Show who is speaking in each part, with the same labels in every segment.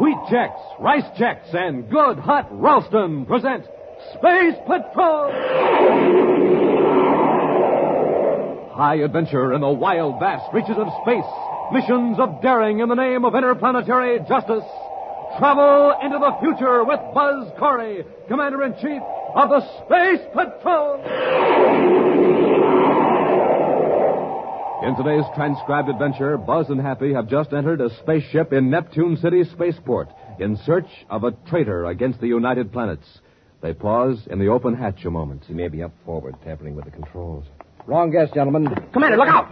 Speaker 1: Wheat checks, rice checks, and good hot Ralston present Space Patrol! High adventure in the wild, vast reaches of space. Missions of daring in the name of interplanetary justice. Travel into the future with Buzz Corey, Commander in Chief of the Space Patrol! In today's transcribed adventure, Buzz and Happy have just entered a spaceship in Neptune City spaceport in search of a traitor against the United Planets. They pause in the open hatch a moment.
Speaker 2: He may be up forward, tampering with the controls. Wrong guess, gentlemen.
Speaker 3: Commander, look out!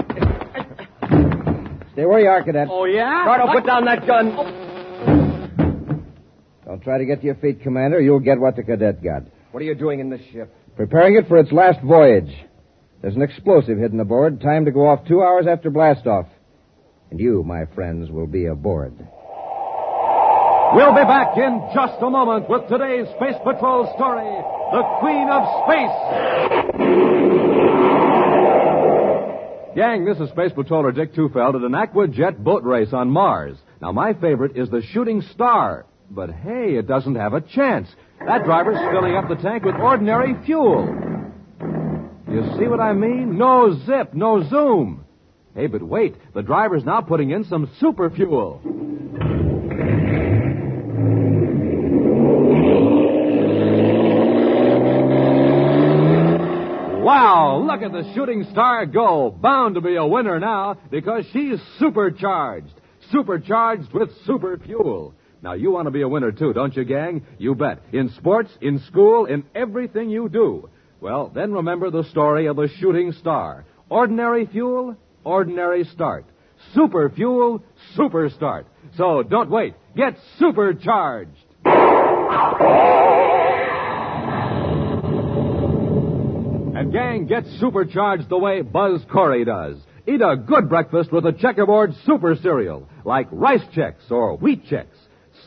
Speaker 2: Stay where you are, cadet.
Speaker 3: Oh, yeah?
Speaker 2: Righto, put down that gun.
Speaker 3: Oh.
Speaker 2: Don't try to get to your feet, Commander. You'll get what the cadet got.
Speaker 3: What are you doing in this ship?
Speaker 2: Preparing it for its last voyage. There's an explosive hidden aboard, timed to go off two hours after blastoff. And you, my friends, will be aboard.
Speaker 1: We'll be back in just a moment with today's Space Patrol story The Queen of Space. Gang, this is Space Patroller Dick Tufeld at an Aquajet boat race on Mars. Now, my favorite is the Shooting Star, but hey, it doesn't have a chance. That driver's filling up the tank with ordinary fuel. You see what I mean? No zip, no zoom. Hey, but wait, the driver's now putting in some super fuel. Wow, look at the shooting star go. Bound to be a winner now because she's supercharged. Supercharged with super fuel. Now, you want to be a winner too, don't you, gang? You bet. In sports, in school, in everything you do. Well, then remember the story of the shooting star. Ordinary fuel, ordinary start. Super fuel, super start. So don't wait. Get supercharged. And gang gets supercharged the way Buzz Corey does. Eat a good breakfast with a checkerboard super cereal, like rice checks or wheat checks.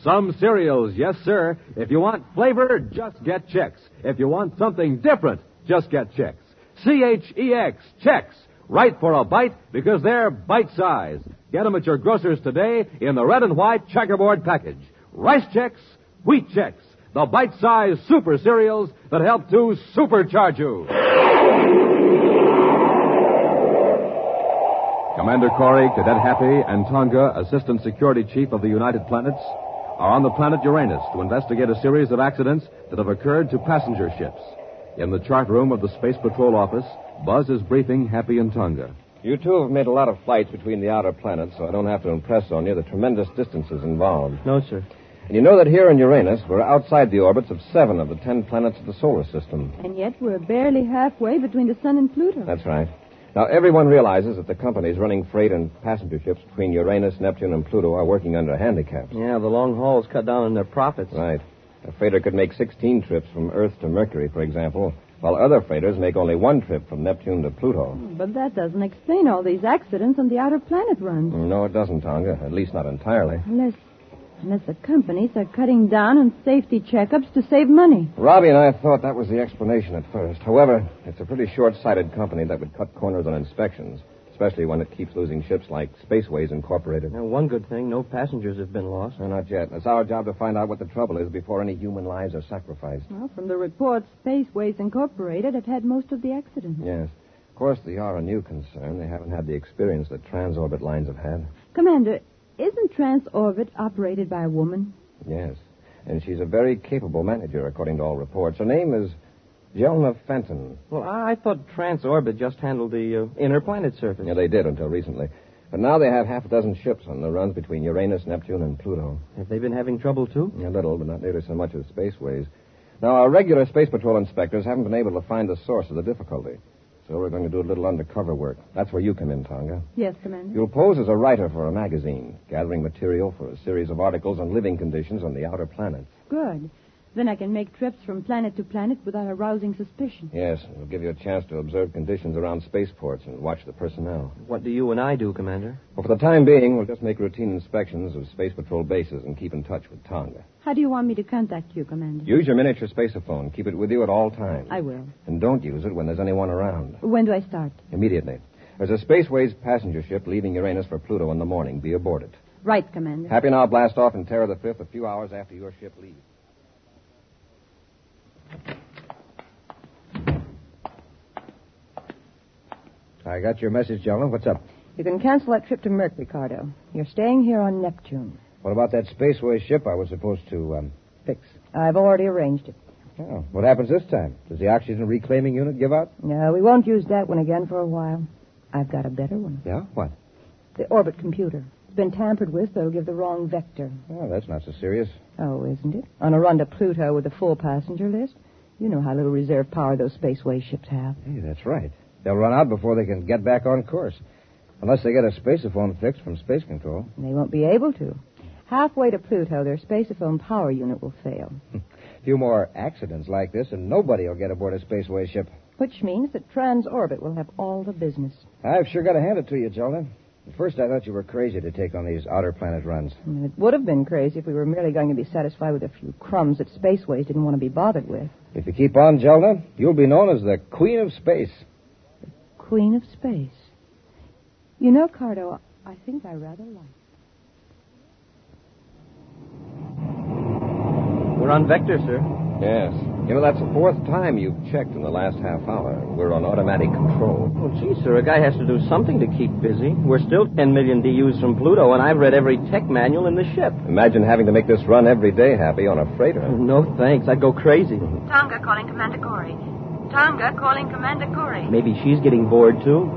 Speaker 1: Some cereals, yes, sir. If you want flavor, just get checks. If you want something different, just get checks. C H E X, checks. Right for a bite because they're bite sized. Get them at your grocer's today in the red and white checkerboard package. Rice checks, wheat checks, the bite sized super cereals that help to supercharge you. Commander Corey, Cadet Happy, and Tonga, Assistant Security Chief of the United Planets, are on the planet Uranus to investigate a series of accidents that have occurred to passenger ships. In the chart room of the Space Patrol office, Buzz is briefing Happy and Tonga.
Speaker 2: You two have made a lot of flights between the outer planets, so I don't have to impress on you the tremendous distances involved.
Speaker 3: No, sir.
Speaker 2: And you know that here in Uranus, we're outside the orbits of seven of the ten planets of the solar system.
Speaker 4: And yet we're barely halfway between the sun and Pluto.
Speaker 2: That's right. Now, everyone realizes that the companies running freight and passenger ships between Uranus, Neptune, and Pluto are working under handicaps.
Speaker 3: Yeah, the long hauls cut down on their profits.
Speaker 2: Right. A freighter could make 16 trips from Earth to Mercury, for example, while other freighters make only one trip from Neptune to Pluto.
Speaker 4: But that doesn't explain all these accidents on the outer planet runs.
Speaker 2: No, it doesn't, Tonga. At least not entirely.
Speaker 4: Unless, unless the companies are cutting down on safety checkups to save money.
Speaker 2: Robbie and I thought that was the explanation at first. However, it's a pretty short sighted company that would cut corners on inspections, especially when it keeps losing ships like Spaceways Incorporated.
Speaker 3: Now, one good thing, no passengers have been lost.
Speaker 2: No, not yet. It's our job to find out what the trouble is before any human lives are sacrificed.
Speaker 4: Well, from the reports, Spaceways Incorporated have had most of the accidents.
Speaker 2: Yes. Of course, they are a new concern. They haven't had the experience that transorbit lines have had.
Speaker 4: Commander, isn't Transorbit operated by a woman?
Speaker 2: Yes. And she's a very capable manager, according to all reports. Her name is Jelna Fenton.
Speaker 3: Well, I I thought Transorbit just handled the uh, inner planet surface.
Speaker 2: Yeah, they did until recently. But now they have half a dozen ships on the runs between Uranus, Neptune, and Pluto.
Speaker 3: Have they been having trouble, too?
Speaker 2: A little, but not nearly so much as spaceways. Now, our regular Space Patrol inspectors haven't been able to find the source of the difficulty. So we're going to do a little undercover work. That's where you come in, Tonga.
Speaker 4: Yes, Commander.
Speaker 2: You'll pose as a writer for a magazine, gathering material for a series of articles on living conditions on the outer planets.
Speaker 4: Good. Then I can make trips from planet to planet without arousing suspicion.
Speaker 2: Yes, and it'll give you a chance to observe conditions around spaceports and watch the personnel.
Speaker 3: What do you and I do, Commander?
Speaker 2: Well, for the time being, we'll just make routine inspections of Space Patrol bases and keep in touch with Tonga.
Speaker 4: How do you want me to contact you, Commander?
Speaker 2: Use your miniature spacophone. Keep it with you at all times.
Speaker 4: I will.
Speaker 2: And don't use it when there's anyone around.
Speaker 4: When do I start?
Speaker 2: Immediately. There's a Spaceways passenger ship leaving Uranus for Pluto in the morning. Be aboard it.
Speaker 4: Right, Commander.
Speaker 2: Happy now blast off and Terror the Fifth a few hours after your ship leaves.
Speaker 5: I got your message, gentlemen. What's up?
Speaker 4: You can cancel that trip to Merck, Ricardo. You're staying here on Neptune.
Speaker 5: What about that spaceway ship I was supposed to um, fix?
Speaker 4: I've already arranged it.
Speaker 5: Oh, what happens this time? Does the oxygen reclaiming unit give out?
Speaker 4: No, we won't use that one again for a while. I've got a better one.
Speaker 5: Yeah? What?
Speaker 4: The orbit computer. It's been tampered with, so it'll give the wrong vector.
Speaker 5: Oh, that's not so serious.
Speaker 4: Oh, isn't it? On a run to Pluto with a full passenger list. You know how little reserve power those spaceway ships have.
Speaker 5: Hey, that's right. They'll run out before they can get back on course. Unless they get a spaceophone fixed from space control.
Speaker 4: And they won't be able to. Halfway to Pluto, their spaceophone power unit will fail.
Speaker 5: A few more accidents like this, and nobody will get aboard a spaceway ship.
Speaker 4: Which means that transorbit will have all the business.
Speaker 5: I've sure got to hand it to you, Gentlemen. At first, I thought you were crazy to take on these outer planet runs.
Speaker 4: And it would have been crazy if we were merely going to be satisfied with a few crumbs that spaceways didn't want to be bothered with.
Speaker 5: If you keep on, Zelda, you'll be known as the Queen of Space.
Speaker 4: Queen of space. You know, Cardo, I think I rather like.
Speaker 3: We're on Vector, sir.
Speaker 2: Yes. You know, that's the fourth time you've checked in the last half hour. We're on automatic control.
Speaker 3: Well, gee, sir, a guy has to do something to keep busy. We're still 10 million DUs from Pluto, and I've read every tech manual in the ship.
Speaker 2: Imagine having to make this run every day, Happy, on a freighter.
Speaker 3: No thanks. I'd go crazy.
Speaker 6: Tonga calling Commander Corey. Tonga calling Commander Corey.
Speaker 3: Maybe she's getting bored, too.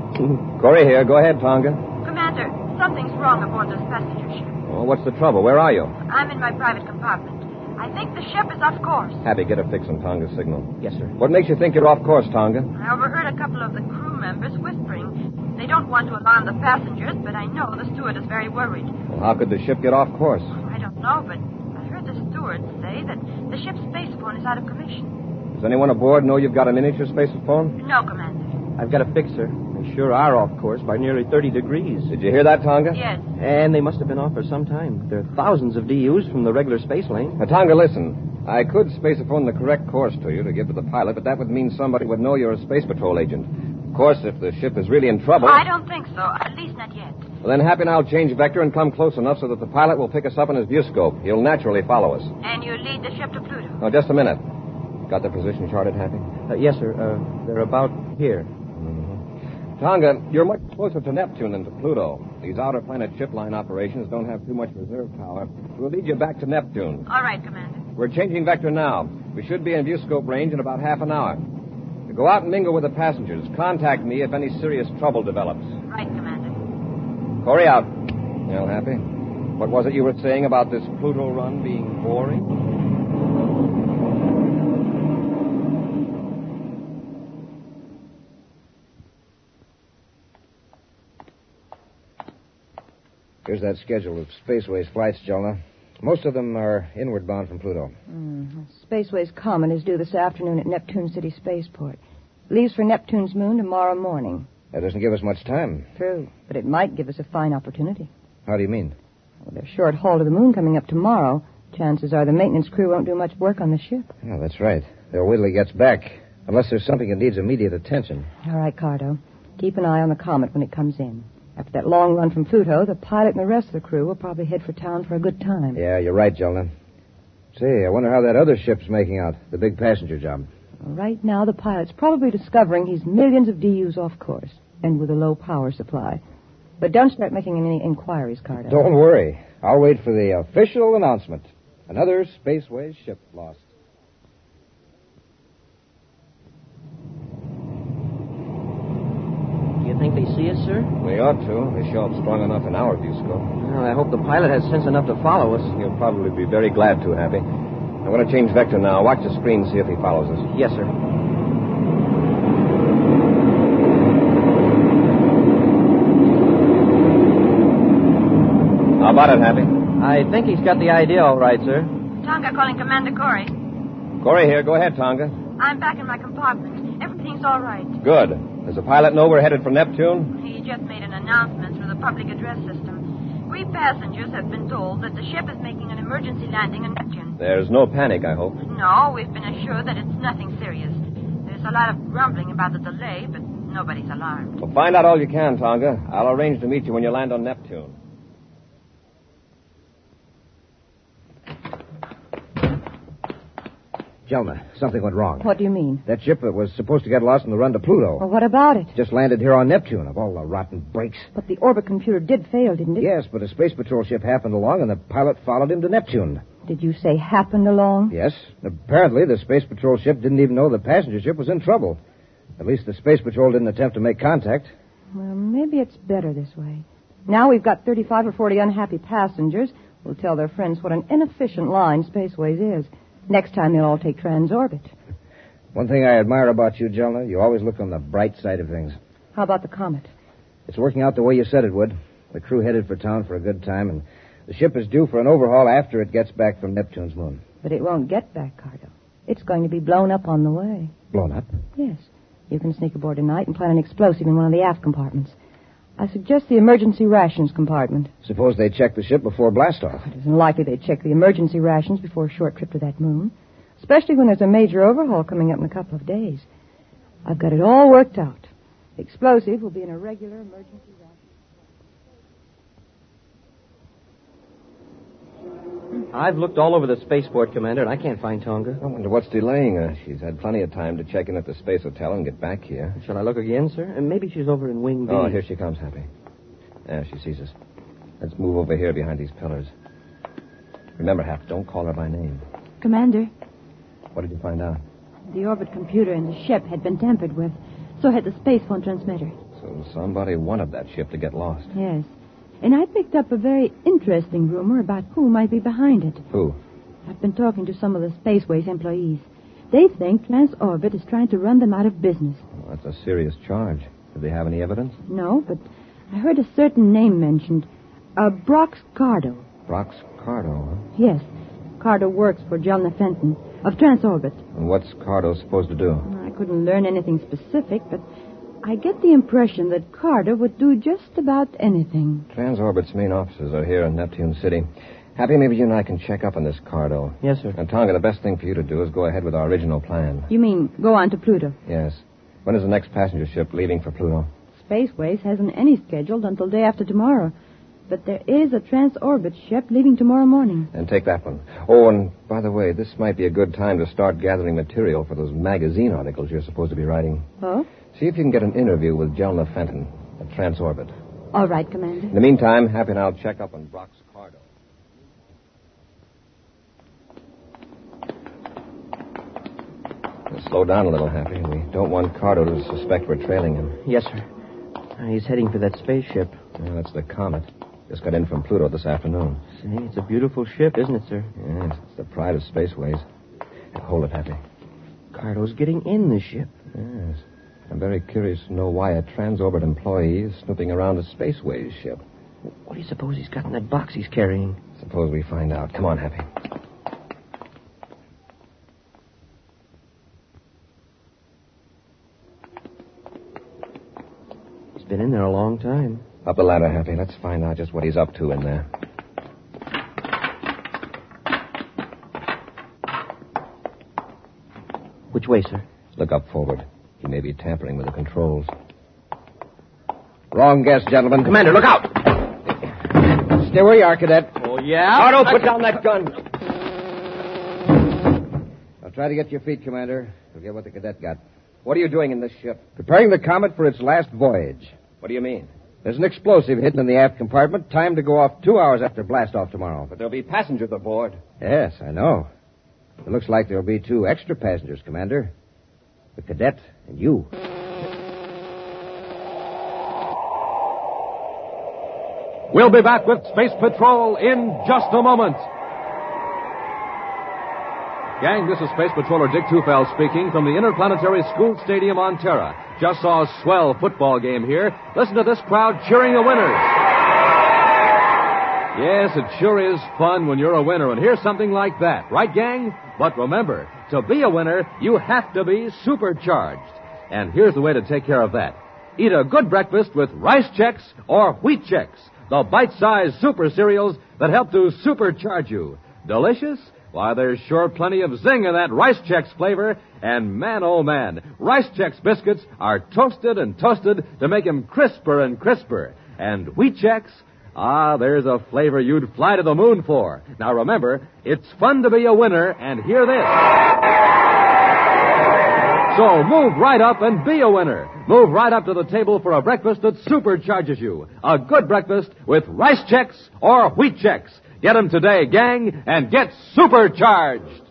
Speaker 2: Corey here. Go ahead, Tonga.
Speaker 6: Commander, something's wrong aboard this passenger ship.
Speaker 2: Well, what's the trouble? Where are you?
Speaker 6: I'm in my private compartment. I think the ship is off course.
Speaker 2: Happy, get a fix on Tonga's signal.
Speaker 3: yes, sir.
Speaker 2: What makes you think you're off course, Tonga?
Speaker 6: I overheard a couple of the crew members whispering. They don't want to alarm the passengers, but I know the steward is very worried.
Speaker 2: Well, how could the ship get off course?
Speaker 6: I don't know, but I heard the steward say that the ship's space phone is out of commission.
Speaker 2: Does anyone aboard know you've got a miniature spaceophone?
Speaker 6: No, Commander.
Speaker 3: I've got a fixer. They sure are off course by nearly 30 degrees.
Speaker 2: Did you hear that, Tonga?
Speaker 6: Yes.
Speaker 3: And they must have been off for some time. There are thousands of DUs from the regular space lane.
Speaker 2: Now, Tonga, listen. I could spaceophone the correct course to you to give to the pilot, but that would mean somebody would know you're a space patrol agent. Of course, if the ship is really in trouble,
Speaker 6: I don't think so. At least not yet.
Speaker 2: well, then Happy and I'll change vector and come close enough so that the pilot will pick us up in his view scope. He'll naturally follow us.
Speaker 6: And you lead the ship to Pluto.
Speaker 2: Now, just a minute. Got the position charted, Happy?
Speaker 3: Uh, yes, sir. Uh, they're about here.
Speaker 2: Tonga, you're much closer to Neptune than to Pluto. These outer planet ship line operations don't have too much reserve power. We'll lead you back to Neptune.
Speaker 6: All right, Commander.
Speaker 2: We're changing vector now. We should be in view scope range in about half an hour. Go out and mingle with the passengers. Contact me if any serious trouble develops.
Speaker 6: Right, Commander.
Speaker 2: Corey out. Well, Happy, what was it you were saying about this Pluto run being boring?
Speaker 5: Here's that schedule of spaceways flights, Jonah. Most of them are inward bound from Pluto.
Speaker 4: Mm-hmm. Spaceways Comet is due this afternoon at Neptune City Spaceport. Leaves for Neptune's moon tomorrow morning.
Speaker 5: That doesn't give us much time.
Speaker 4: True. But it might give us a fine opportunity.
Speaker 5: How do you mean?
Speaker 4: With a short haul to the moon coming up tomorrow, chances are the maintenance crew won't do much work on the ship.
Speaker 5: Yeah, Oh, that's right. They'll wait till he gets back. Unless there's something that needs immediate attention.
Speaker 4: All right, Cardo. Keep an eye on the comet when it comes in. After that long run from Pluto, the pilot and the rest of the crew will probably head for town for a good time.
Speaker 5: Yeah, you're right, Jonah. Say, I wonder how that other ship's making out, the big passenger job.
Speaker 4: Right now, the pilot's probably discovering he's millions of DUs off course and with a low power supply. But don't start making any inquiries, Cardo.
Speaker 5: Don't worry. I'll wait for the official announcement. Another spaceways ship lost.
Speaker 3: You think they see us, sir?
Speaker 2: We ought to. They show up strong enough in our view scope.
Speaker 3: Well, I hope the pilot has sense enough to follow us.
Speaker 2: You'll probably be very glad to, Happy. I'm going to change vector now. Watch the screen, see if he follows us.
Speaker 3: Yes, sir.
Speaker 2: How about it, Happy?
Speaker 3: I think he's got the idea all right, sir.
Speaker 6: Tonga calling Commander Corey.
Speaker 2: Corey here. Go ahead, Tonga.
Speaker 6: I'm back in my compartment. Everything's all right.
Speaker 2: Good. Does the pilot know we're headed for Neptune?
Speaker 6: He just made an announcement through the public address system. We passengers have been told that the ship is making an emergency landing in Neptune.
Speaker 2: There's no panic, I hope.
Speaker 6: No, we've been assured that it's nothing serious. There's a lot of grumbling about the delay, but nobody's alarmed.
Speaker 2: Well, find out all you can, Tonga. I'll arrange to meet you when you land on Neptune.
Speaker 5: Jelma, something went wrong.
Speaker 4: What Oh. do you mean?
Speaker 5: That ship that was supposed to get lost in the run to Pluto
Speaker 4: Well, what about it?
Speaker 5: just landed here on Neptune, of all the rotten breaks.
Speaker 4: But the orbit computer did fail, didn't it?
Speaker 5: Yes, but a space patrol ship happened along, and the pilot followed him to Neptune.
Speaker 4: Did you say happened along?
Speaker 5: Yes. Apparently, the space patrol ship didn't even know the passenger ship was in trouble. At least the space patrol didn't attempt to make contact.
Speaker 4: Well, maybe it's better this way. Now we've got 35 or 40 unhappy passengers who'll tell their friends what an inefficient line Spaceways is. Next time they'll all take transorbit.
Speaker 5: One thing I admire about you, Jelma, you always look on the bright side of things.
Speaker 4: How about the comet?
Speaker 5: It's working out the way you said it would. The crew headed for town for a good time, and the ship is due for an overhaul after it gets back from Neptune's moon.
Speaker 4: But it won't get back, Cargo. It's going to be blown up on the way.
Speaker 5: Blown up?
Speaker 4: Yes. You can sneak aboard tonight and plant an explosive in one of the aft compartments. I suggest the emergency rations compartment.
Speaker 5: Suppose they check the ship before blastoff.
Speaker 4: It isn't likely they'd check the emergency rations before a short trip to that moon, especially when there's a major overhaul coming up in a couple of days. I've got it all worked out. The explosive will be in a regular emergency ration.
Speaker 3: I've looked all over the spaceport, Commander, and I can't find Tonga.
Speaker 2: I wonder what's delaying her. She's had plenty of time to check in at the space hotel and get back here.
Speaker 3: Shall I look again, sir? And maybe she's over in Wing B.
Speaker 2: Oh, here she comes, Happy. There, she sees us. Let's move over here behind these pillars. Remember, Hap, don't call her by name.
Speaker 7: Commander,
Speaker 2: What did you find out?
Speaker 7: the orbit computer in the ship had been tampered with. So had the space phone transmitter.
Speaker 2: So somebody wanted that ship to get lost.
Speaker 7: Yes. And I picked up a very interesting rumor about who might be behind it.
Speaker 2: Who?
Speaker 7: I've been talking to some of the Spaceways employees. They think Transorbit is trying to run them out of business.
Speaker 2: Well, that's a serious charge. Did they have any evidence?
Speaker 7: No, but I heard a certain name mentioned. Uh, Brox Cardo.
Speaker 2: Brock's Cardo, huh?
Speaker 7: Yes. Cardo works for John Fenton of Transorbit.
Speaker 2: And what's Cardo supposed to do?
Speaker 7: I couldn't learn anything specific, but I get the impression that Carter would do just about anything.
Speaker 2: Transorbit's main offices are here in Neptune City. Happy, maybe you and I can check up on this Cardo.
Speaker 3: Yes, sir.
Speaker 2: And Tonga, the best thing for you to do is go ahead with our original plan.
Speaker 7: You mean go on to Pluto?
Speaker 2: Yes. When is the next passenger ship leaving for Pluto?
Speaker 7: Spaceways hasn't any scheduled until day after tomorrow. But there is a transorbit ship leaving tomorrow morning.
Speaker 2: And take that one. Oh, and by the way, this might be a good time to start gathering material for those magazine articles you're supposed to be writing.
Speaker 7: Oh?
Speaker 2: See if you can get an interview with Jelna Fenton at Transorbit.
Speaker 7: All right, Commander.
Speaker 2: In the meantime, Happy and I'll check up on Brock's Cardo. Now, Slow down a little, Happy. We don't want Cardo to suspect we're trailing him.
Speaker 3: Yes, sir. Uh, he's heading for that spaceship.
Speaker 2: Yeah, that's the comet. Just got in from Pluto this afternoon.
Speaker 3: See, it's a beautiful ship, isn't it, sir?
Speaker 2: Yes, it's the pride of spaceways. Hold it, Happy.
Speaker 3: Cardo's getting in the ship.
Speaker 2: Yes. I'm very curious to know why a transorbit employee is snooping around a spaceways ship.
Speaker 3: What do you suppose he's got in that box he's carrying?
Speaker 2: Suppose we find out. Come on, Happy.
Speaker 3: He's been in there a long time.
Speaker 2: Up the ladder, Happy. Let's find out just what he's up to in there.
Speaker 3: Which way, sir?
Speaker 2: Look up forward. He may be tampering with the controls.
Speaker 5: Wrong guess, gentlemen.
Speaker 3: Commander, look out!
Speaker 5: Stay where you are, cadet.
Speaker 3: Oh, yeah? Cardo, put down that gun.
Speaker 5: Now try to get to your feet, Commander. Forget what the cadet got.
Speaker 2: What are you doing in this ship?
Speaker 5: Preparing the comet for its last voyage.
Speaker 2: What do you mean?
Speaker 5: There's an explosive hidden in the aft compartment, timed to go off two hours after blastoff tomorrow.
Speaker 2: But there'll be passengers aboard.
Speaker 5: Yes, I know. It looks like there'll be two extra passengers, Commander. The cadet and you.
Speaker 1: We'll be back with Space Patrol in just a moment. Gang, this is Space Patroller Dick Tufel speaking from the Interplanetary School Stadium on Terra. Just saw a swell football game here. Listen to this crowd cheering the winners. Yes, it sure is fun when you're a winner and here's something like that. Right, gang? But remember, to be a winner, you have to be supercharged. And here's the way to take care of that. Eat a good breakfast with rice checks or wheat checks, the bite-sized super cereals that help to supercharge you. Delicious? Why, there's sure plenty of zing in that rice checks flavor. And man, oh man, rice checks biscuits are toasted and toasted to make 'em crisper and crisper. And wheat checks? Ah, there's a flavor you'd fly to the moon for. Now remember, it's fun to be a winner, and hear this. So move right up and be a winner. Move right up to the table for a breakfast that supercharges you. A good breakfast with rice checks or wheat checks. Get 'em today, gang, and get supercharged.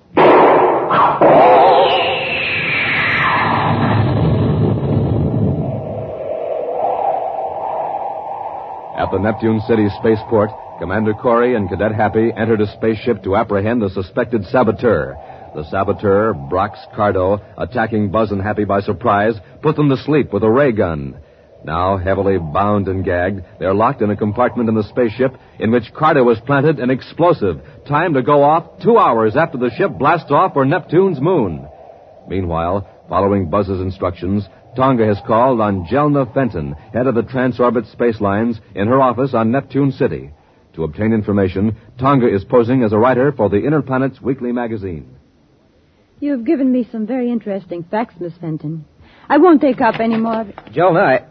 Speaker 1: At the Neptune City spaceport, Commander Corey and Cadet Happy entered a spaceship to apprehend the suspected saboteur. The saboteur, Brox Cardo, attacking Buzz and Happy by surprise, put them to sleep with a ray gun. Now, heavily bound and gagged, they're locked in a compartment in the spaceship in which Cardo has planted an explosive, timed to go off two hours after the ship blasts off for Neptune's moon. Meanwhile, following Buzz's instructions, Tonga has called on Jelna Fenton, head of the Transorbit Space Lines, in her office on Neptune City. To obtain information, Tonga is posing as a writer for the Inner Planets Weekly magazine.
Speaker 7: You have given me some very interesting facts, Miss Fenton. I won't take up any more of it.
Speaker 5: Jelna, I.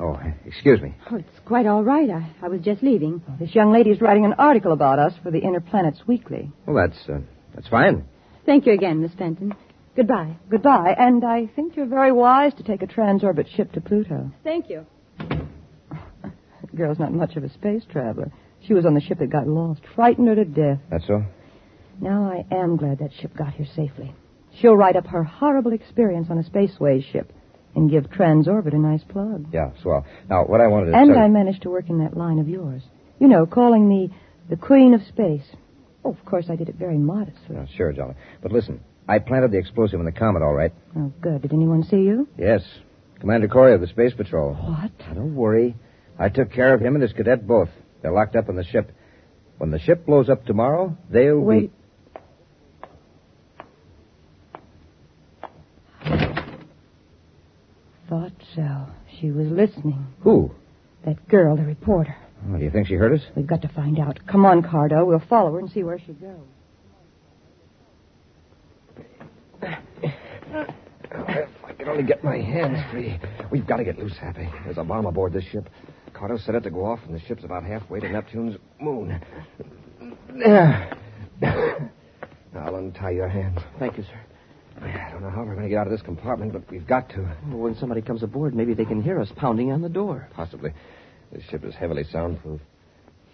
Speaker 5: Oh, excuse me.
Speaker 7: Oh, it's quite all right. I, I was just leaving.
Speaker 4: This young lady is writing an article about us for the Inner Planets Weekly.
Speaker 5: Well, that's uh, that's fine.
Speaker 7: Thank you again, Miss Fenton. Goodbye.
Speaker 4: Goodbye, and I think you're very wise to take a transorbit ship to Pluto.
Speaker 7: Thank you.
Speaker 4: The girl's not much of a space traveler. She was on the ship that got lost, frightened her to death.
Speaker 5: That's all.
Speaker 4: Now I am glad that ship got here safely. She'll write up her horrible experience on a spaceways ship and give Transorbit a nice plug.
Speaker 5: Yeah,
Speaker 1: uh,
Speaker 5: swell. Now, what I wanted to
Speaker 4: and
Speaker 5: tell-
Speaker 4: I managed to work in that line of yours. You know, calling me the Queen of Space. Oh, of course, I did it very modestly.
Speaker 5: Yeah, sure, Jelna. But listen, I planted the explosive in the comet, all right.
Speaker 4: Oh, good. Did anyone see you?
Speaker 5: Yes. Commander Corey of the Space Patrol.
Speaker 4: What?
Speaker 5: Now, don't worry. I took care of him and his cadet both. They're locked up in the ship. When the ship blows up tomorrow, they'll
Speaker 4: Wait. Thought so. She was listening.
Speaker 5: be. Who?
Speaker 4: That girl, the reporter.
Speaker 5: Oh, do you think she heard us?
Speaker 4: We've got to find out. Come on, Cardo. We'll follow her and see where she goes.
Speaker 2: If I could only get my hands free. We've got to get loose, Happy. There's a bomb aboard this ship. Cardo set it to go off, and the ship's about halfway to Neptune's moon. There. I'll untie your hands.
Speaker 3: Thank you, sir.
Speaker 2: I don't know how we're going to get out of this compartment, but we've got to.
Speaker 3: Well, when somebody comes aboard, maybe they can hear us pounding on the door.
Speaker 2: Possibly. This ship is heavily soundproof.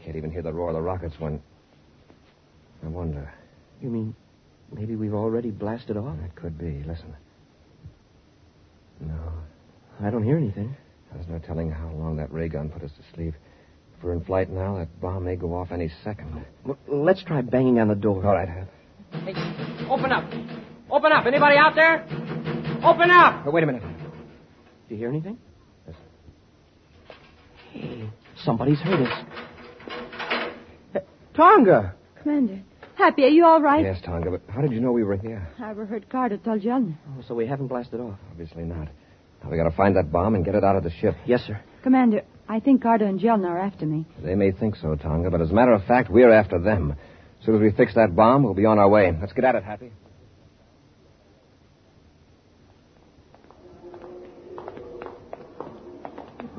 Speaker 2: Can't even hear the roar of the rockets when. I wonder.
Speaker 3: You mean maybe we've already blasted off?
Speaker 2: That could be. Listen. No.
Speaker 3: I don't hear anything.
Speaker 2: There's no telling how long that ray gun put us to sleep. If we're in flight now, that bomb may go off any second.
Speaker 3: Well, let's try banging on the door.
Speaker 2: All right, Hap.
Speaker 8: Hey, open up. Open up. Anybody out there? Open up.
Speaker 2: Oh, wait a minute.
Speaker 3: Do you hear anything? Hey, somebody's heard us. Hey, Tonga!
Speaker 7: Commander. Happy, are you all right?
Speaker 2: Yes, Tonga, but how did you know we were here?
Speaker 7: I overheard Carter tell Jelna.
Speaker 3: Oh, so we haven't blasted off.
Speaker 2: Obviously not. Now we got to find that bomb and get it out of the ship.
Speaker 3: Yes, sir.
Speaker 7: Commander, I think Carter and Jelna are after me.
Speaker 2: They may think so, Tonga, but as a matter of fact, we're after them. As soon as we fix that bomb, we'll be on our way. Let's get at it, Happy.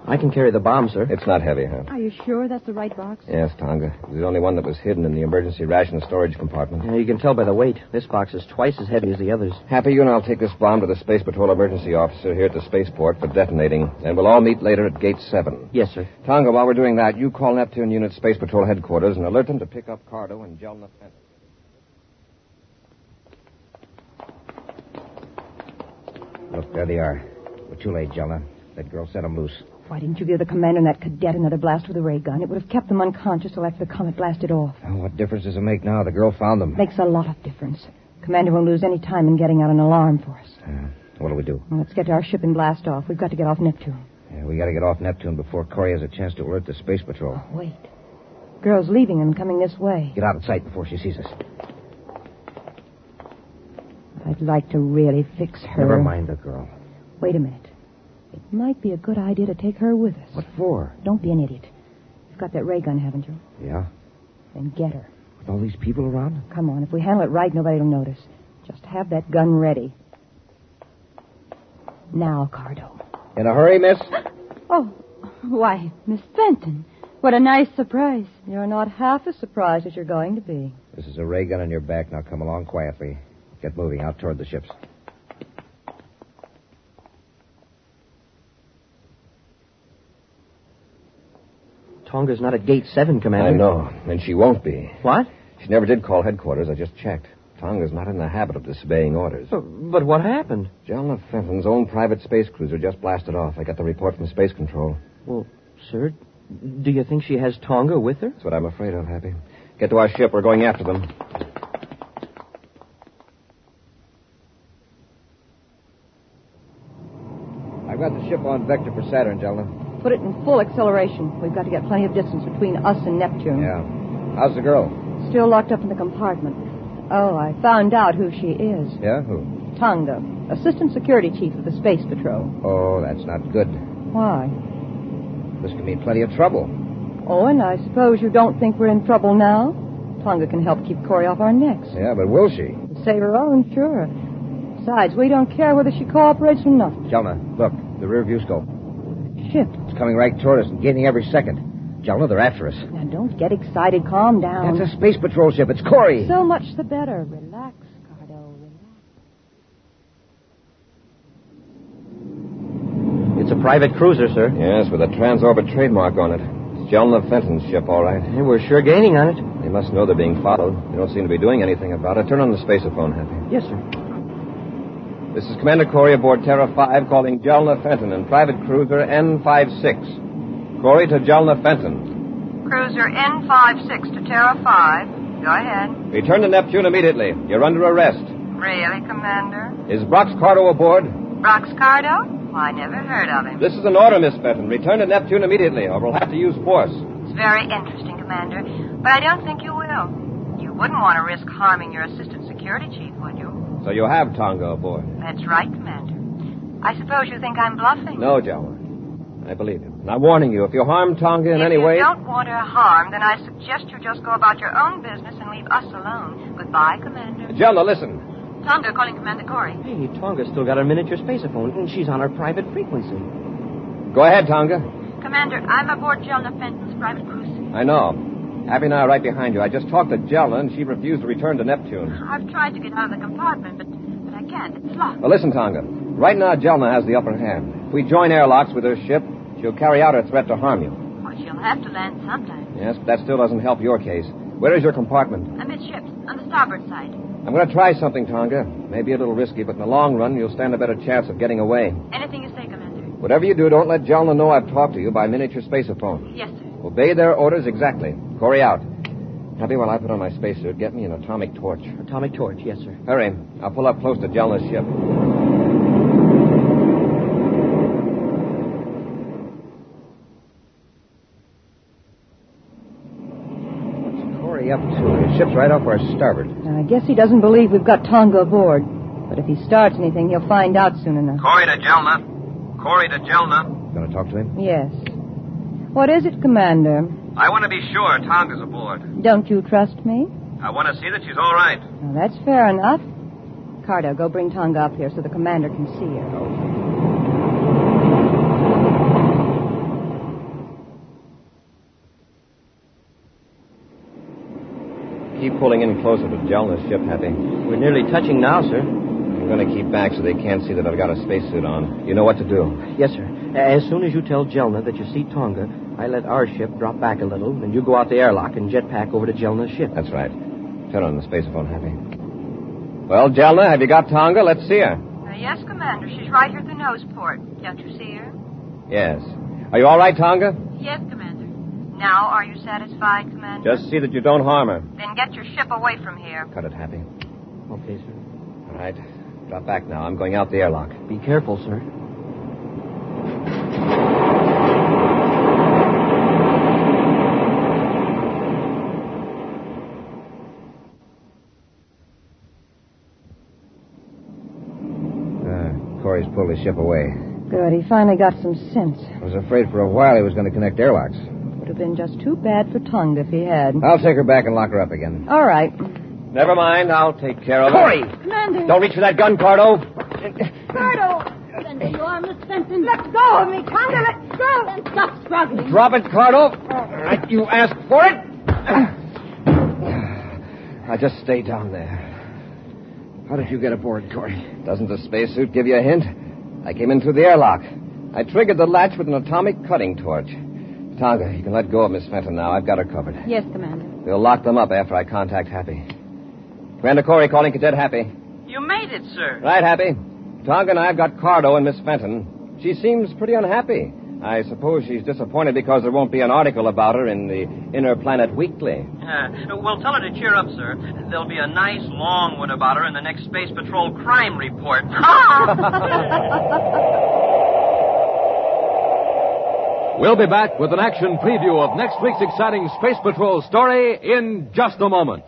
Speaker 3: I can carry the bomb, sir.
Speaker 2: It's not heavy, huh?
Speaker 7: Are you sure that's the right box?
Speaker 2: Yes, Tonga. It was the only one that was hidden in the emergency ration storage compartment.
Speaker 3: Yeah, you can tell by the weight. This box is twice as heavy as the others.
Speaker 2: Happy, you and I'll take this bomb to the Space Patrol emergency officer here at the spaceport for detonating, and we'll all meet later at Gate 7.
Speaker 3: Yes, sir.
Speaker 2: Tonga, while we're doing that, you call Neptune Unit Space Patrol headquarters and alert them to pick up Cardo and Jelna Fenton.
Speaker 5: Look, there they are. We're too late, Jelna. That girl set 'em loose.
Speaker 4: Why didn't you give the commander and that cadet another blast with a ray gun? It would have kept them unconscious till after the comet blasted off.
Speaker 5: Now, what difference does it make now? The girl found them.
Speaker 4: Makes a lot of difference. Commander won't lose any time in getting out an alarm for us.
Speaker 5: Uh, what'll we do?
Speaker 4: Well, let's get to our ship and blast off. We've got to get off Neptune.
Speaker 5: Yeah, we got to get off Neptune before Corey has a chance to alert the space patrol.
Speaker 4: Wait. Girl's leaving and coming this way.
Speaker 5: Get out of sight before she sees us.
Speaker 4: I'd like to really fix her.
Speaker 5: Never mind the girl.
Speaker 4: Wait a minute. It might be a good idea to take her with us.
Speaker 5: What for?
Speaker 4: Don't be an idiot. You've got that ray gun, haven't you?
Speaker 5: Yeah.
Speaker 4: Then get her.
Speaker 5: With all these people around?
Speaker 4: Come on. If we handle it right, nobody will notice. Just have that gun ready. Now, Cardo.
Speaker 5: In a hurry, miss?
Speaker 7: Oh, why, Miss Fenton. What a nice surprise.
Speaker 4: You're not half as surprised as you're going to be.
Speaker 5: This is a ray gun on your back. Now come along quietly. Get moving out toward the ships.
Speaker 3: Tonga's not at Gate 7, Commander.
Speaker 2: I know, and she won't be.
Speaker 3: What?
Speaker 2: She never did call headquarters. I just checked. Tonga's not in the habit of disobeying orders.
Speaker 3: But, but what happened?
Speaker 2: John Fenton's own private space cruiser just blasted off. I got the report from Space Control.
Speaker 3: Well, sir, do you think she has Tonga with her?
Speaker 2: That's what I'm afraid of, Happy. Get to our ship. We're going after them.
Speaker 5: I've got the ship on vector for Saturn,
Speaker 2: Hmm.
Speaker 5: gentlemen.
Speaker 4: Put it in full acceleration. We've got to get plenty of distance between us and Neptune.
Speaker 5: Yeah. How's the girl?
Speaker 4: Still locked up in the compartment. Oh, I found out who she is.
Speaker 5: Yeah, who?
Speaker 4: Tonga, Assistant Security Chief of the Space Patrol.
Speaker 5: Oh, that's not good.
Speaker 4: Why?
Speaker 5: This can mean plenty of trouble.
Speaker 4: Oh, and I suppose you don't think we're in trouble now? Tonga can help keep Corey off our necks.
Speaker 5: Yeah, but will she?
Speaker 4: Save her own, sure. Besides, we don't care whether she cooperates or not.
Speaker 5: Jelna, look, the rear view scope.
Speaker 4: Ship.
Speaker 5: It's coming right toward us and gaining every second. Jelna, they're after us.
Speaker 4: Now, don't get excited. Calm
Speaker 3: Oh.
Speaker 4: down.
Speaker 5: That's a space patrol ship. It's Corey.
Speaker 4: So much the better. Relax, Cardo.
Speaker 3: It's a private cruiser, sir.
Speaker 2: Yes, with a transorbit trademark on it. It's Jelna Fenton's ship, all right.
Speaker 3: Hey, we're sure gaining on it.
Speaker 2: They must know they're being followed. They don't seem to be doing anything about it. Turn on the spacerphone, Happy.
Speaker 3: Yes, sir.
Speaker 2: This is Commander Corey aboard Terra 5 calling Jelna Fenton and private cruiser N56. Corey to Jelna Fenton.
Speaker 6: Cruiser N56 to Terra 5. oh Go ahead.
Speaker 2: Return to Neptune immediately. You're under arrest.
Speaker 6: Really, Commander?
Speaker 2: Is Brox Cardo aboard?
Speaker 6: Brox Cardo? Well, I never heard of him.
Speaker 2: This is an order, Miss Fenton. Return to Neptune immediately, or we'll have to use force.
Speaker 6: It's very interesting, Commander, but I don't think you will. You wouldn't want to risk harming your assistant security chief, would you?
Speaker 2: So you have Tonga aboard.
Speaker 6: That's right, Commander. I suppose you think I'm bluffing.
Speaker 2: No, Jelma. I believe him. And I'm warning you, if you harm Tonga in
Speaker 6: if
Speaker 2: any
Speaker 6: you
Speaker 2: way.
Speaker 6: don't want her harmed, then I suggest you just go about your own business and leave us alone. Goodbye, Commander.
Speaker 2: Jelma, listen.
Speaker 6: Tonga calling Commander Corey.
Speaker 3: Hey, Tonga's still got her miniature spacerphone, and she's on her private frequency.
Speaker 2: Go ahead, Tonga.
Speaker 6: Commander, I'm aboard Jelna Fenton's private cruiser.
Speaker 2: I know. Happy and I are right behind you. I just talked to Jelma, and she refused to return to Neptune.
Speaker 6: I've tried to get out of the compartment, but, but I can't. It's locked.
Speaker 2: Well, listen, Tonga. Right now, Jelma has the upper hand. If we join airlocks with her ship, she'll carry out her threat to harm you.
Speaker 4: Oh.
Speaker 6: Well, she'll have to land sometime.
Speaker 2: Yes, but that still doesn't help your case. Where is your compartment?
Speaker 6: Amidships, on the starboard side.
Speaker 2: I'm going to try something, Tonga. Maybe a little risky, but in the long run, you'll stand a better chance of getting away.
Speaker 6: Anything you say, Commander.
Speaker 2: Whatever you do, don't let Jelna know I've talked to you by miniature spacerphone.
Speaker 6: Yes, sir.
Speaker 2: Obey their orders exactly. Corey out. Happy, while I put on my spacesuit, get me an atomic torch.
Speaker 3: Atomic torch, yes, sir.
Speaker 2: Hurry. I'll pull up close to Jelna's ship.
Speaker 5: Corey up to the ship's right off our starboard.
Speaker 4: Now, I guess he doesn't believe we've got Tonga aboard. But if he starts anything, he'll find out soon enough.
Speaker 9: Corey to Jelna. Corey to Jelna.
Speaker 5: Going to talk to him?
Speaker 4: Yes. What is it, Commander?
Speaker 9: I want to be sure Tonga's aboard.
Speaker 4: Don't you trust me?
Speaker 9: I want to see that she's all right.
Speaker 4: Now, that's fair enough. Cardo, go bring Tonga up here so the commander can see her.
Speaker 2: Keep pulling in closer to Jelna's ship, Happy.
Speaker 3: We're nearly touching now, sir.
Speaker 2: I'm going to keep back so they can't see that I've got a spacesuit on. You know what to do.
Speaker 3: Yes, sir. As soon as you tell Jelna that you see Tonga, I let our ship drop back a little, and you go out the airlock and jetpack over to Jelna's ship.
Speaker 2: That's right. Turn on the spacephone, Happy. Well, Jelna, have you got Tonga? Let's see her.
Speaker 6: Uh, yes, Commander. She's right here at the nose port. Can't you see her?
Speaker 2: Yes. Are you all right, Tonga?
Speaker 6: Yes, Commander. Now, are you satisfied, Commander?
Speaker 2: Just see that you don't harm her.
Speaker 6: Then get your ship away from here.
Speaker 2: Cut it, Happy.
Speaker 3: Okay, sir.
Speaker 2: All right. Drop back now. I'm going out the airlock.
Speaker 3: Be careful, sir.
Speaker 5: Uh, Corey's pulled his ship away.
Speaker 4: Good, he finally got some sense.
Speaker 5: I was afraid for a while he was going to connect airlocks.
Speaker 4: Would have been just too bad for Tonga if he had.
Speaker 5: I'll take her back and lock her up again.
Speaker 4: All right.
Speaker 2: Never mind. I'll take care of
Speaker 5: Corey!
Speaker 2: it.
Speaker 7: Commander!
Speaker 2: Don't reach for that gun, Cardo.
Speaker 7: Cardo! Fender, you are Miss Fenton.
Speaker 6: Let go of me, Tonga. Let go.
Speaker 7: Then stop struggling.
Speaker 2: Drop it, Cardo. All right, you asked for it. I just stay down there.
Speaker 5: How did you get aboard, Corey?
Speaker 2: Doesn't the spacesuit give you a hint? I came in through the airlock. I triggered the latch with an atomic cutting torch.
Speaker 10: Tonga, you can let go of Miss Fenton now. I've got her covered.
Speaker 11: Yes, Commander.
Speaker 10: We'll lock them up after I contact Happy. Commander Corey calling Cadet Happy.
Speaker 4: You made it, sir.
Speaker 10: Right, Happy. Tonga and I have got Cardo and Miss Fenton. She seems pretty unhappy. I suppose she's disappointed because there won't be an article about her in the Inner Planet Weekly.
Speaker 4: Uh, well, tell her to cheer up, sir. There'll be a nice long one about her in the next Space Patrol crime report.
Speaker 2: We'll be back with an action preview of next week's exciting Space Patrol story in just a moment.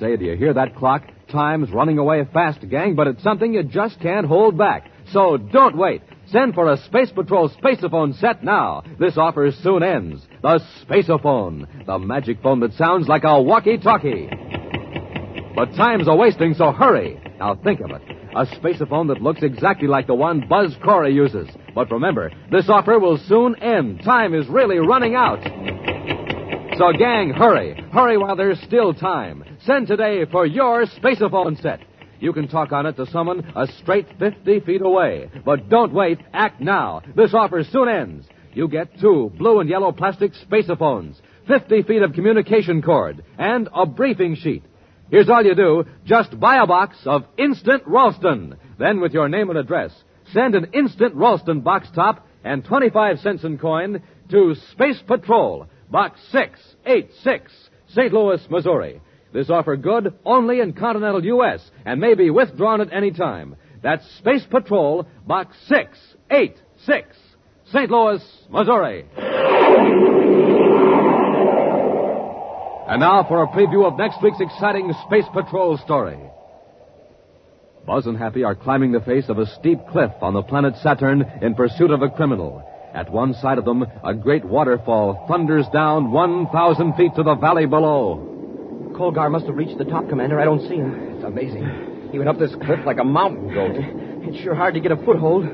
Speaker 2: Say, do you hear that clock? Time's running away fast, gang, but it's something you just can't hold back. So don't wait. Send for a Space Patrol Spaceophone set now. This offer soon ends. The Spaceophone, the magic phone that sounds like a walkie talkie. But time's a wasting, so hurry. Now think of it. A spaceophone that looks exactly like the one Buzz Corey uses. But remember, this offer will soon end. Time is really running out. So, gang, hurry. Hurry while there's still time. Send today for your spaceophone set. You can talk on it to someone a straight 50 feet away. But don't wait. Act now. This offer soon ends. You get two blue and yellow plastic spaceophones, 50 feet of communication cord, and a briefing sheet. Here's all you do. Just buy a box of Instant Ralston. Then, with your name and address, send an Instant Ralston box top and 25 cents in coin to Space Patrol, Box 686, St. Louis, Missouri. This offer good only in continental U.S. and may be withdrawn at any time. That's Space Patrol, Box 686, St. Louis, Missouri. And now for a preview of next week's exciting Space Patrol story. Buzz and Happy are climbing the face of a steep cliff on the planet Saturn in pursuit of a criminal. At one side of them, a great waterfall thunders down 1,000 feet to the valley below.
Speaker 3: Colgar must have reached the top, Commander. I don't see him.
Speaker 10: It's amazing. He went up this cliff like a mountain goat.
Speaker 3: It's sure hard to get a foothold.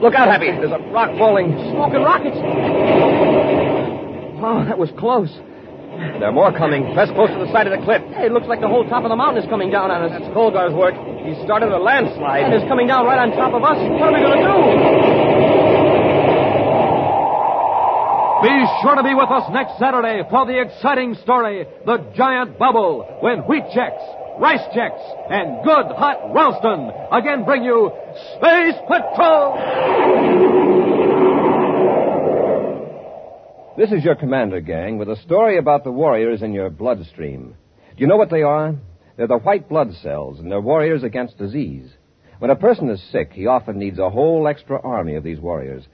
Speaker 10: Look out, Happy. There's a rock falling.
Speaker 3: Smoke and rockets.
Speaker 10: Oh,
Speaker 3: Wow, that was close.
Speaker 10: There are more coming. Press close to the side of the cliff.
Speaker 3: Hey, it looks like the whole top of the mountain is coming down on us.
Speaker 10: That's Colgar's work. He started a landslide.
Speaker 3: And it's coming down right on top of us. What are we going to do?
Speaker 2: Be sure to be with us next Saturday for the exciting story, The Giant Bubble, when wheat checks, rice checks, and good hot Ralston again bring you Space Patrol!
Speaker 10: This is your commander, gang, with a story about the warriors in your bloodstream. Do you know what they are? They're the white blood cells, and they're warriors against disease. When a person is sick, he often needs a whole extra army of these warriors.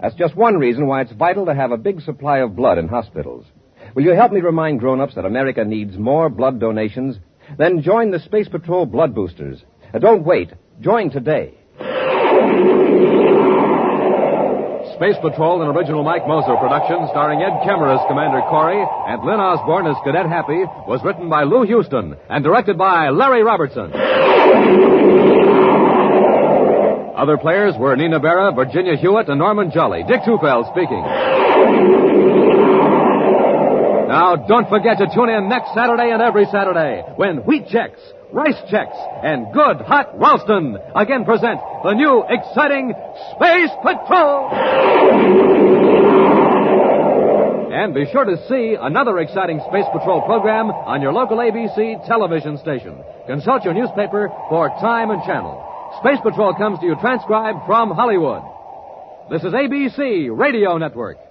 Speaker 10: That's just one reason why it's vital to have a big supply of blood in hospitals. Will you help me remind grown-ups that America needs more blood donations? Then join the Space Patrol Blood Boosters. And don't wait. Join today.
Speaker 2: Space Patrol, an original Mike Moser production starring Ed Kemmerer as Commander Corey and Lynn Osborne as Cadet Happy, was written by Lou Houston and directed by Larry Robertson. Other players were Nina Barra, Virginia Hewitt, and Norman Jolly. Dick Tufeld speaking. Now, don't forget to tune in next Saturday and every Saturday when Wheat Checks, Rice Checks, and Good Hot Ralston again present the new exciting Space Patrol! And be sure to see another exciting Space Patrol program on your local ABC television station. Consult your newspaper for time and channel. Space Patrol comes to you transcribed from Hollywood. This is ABC Radio Network.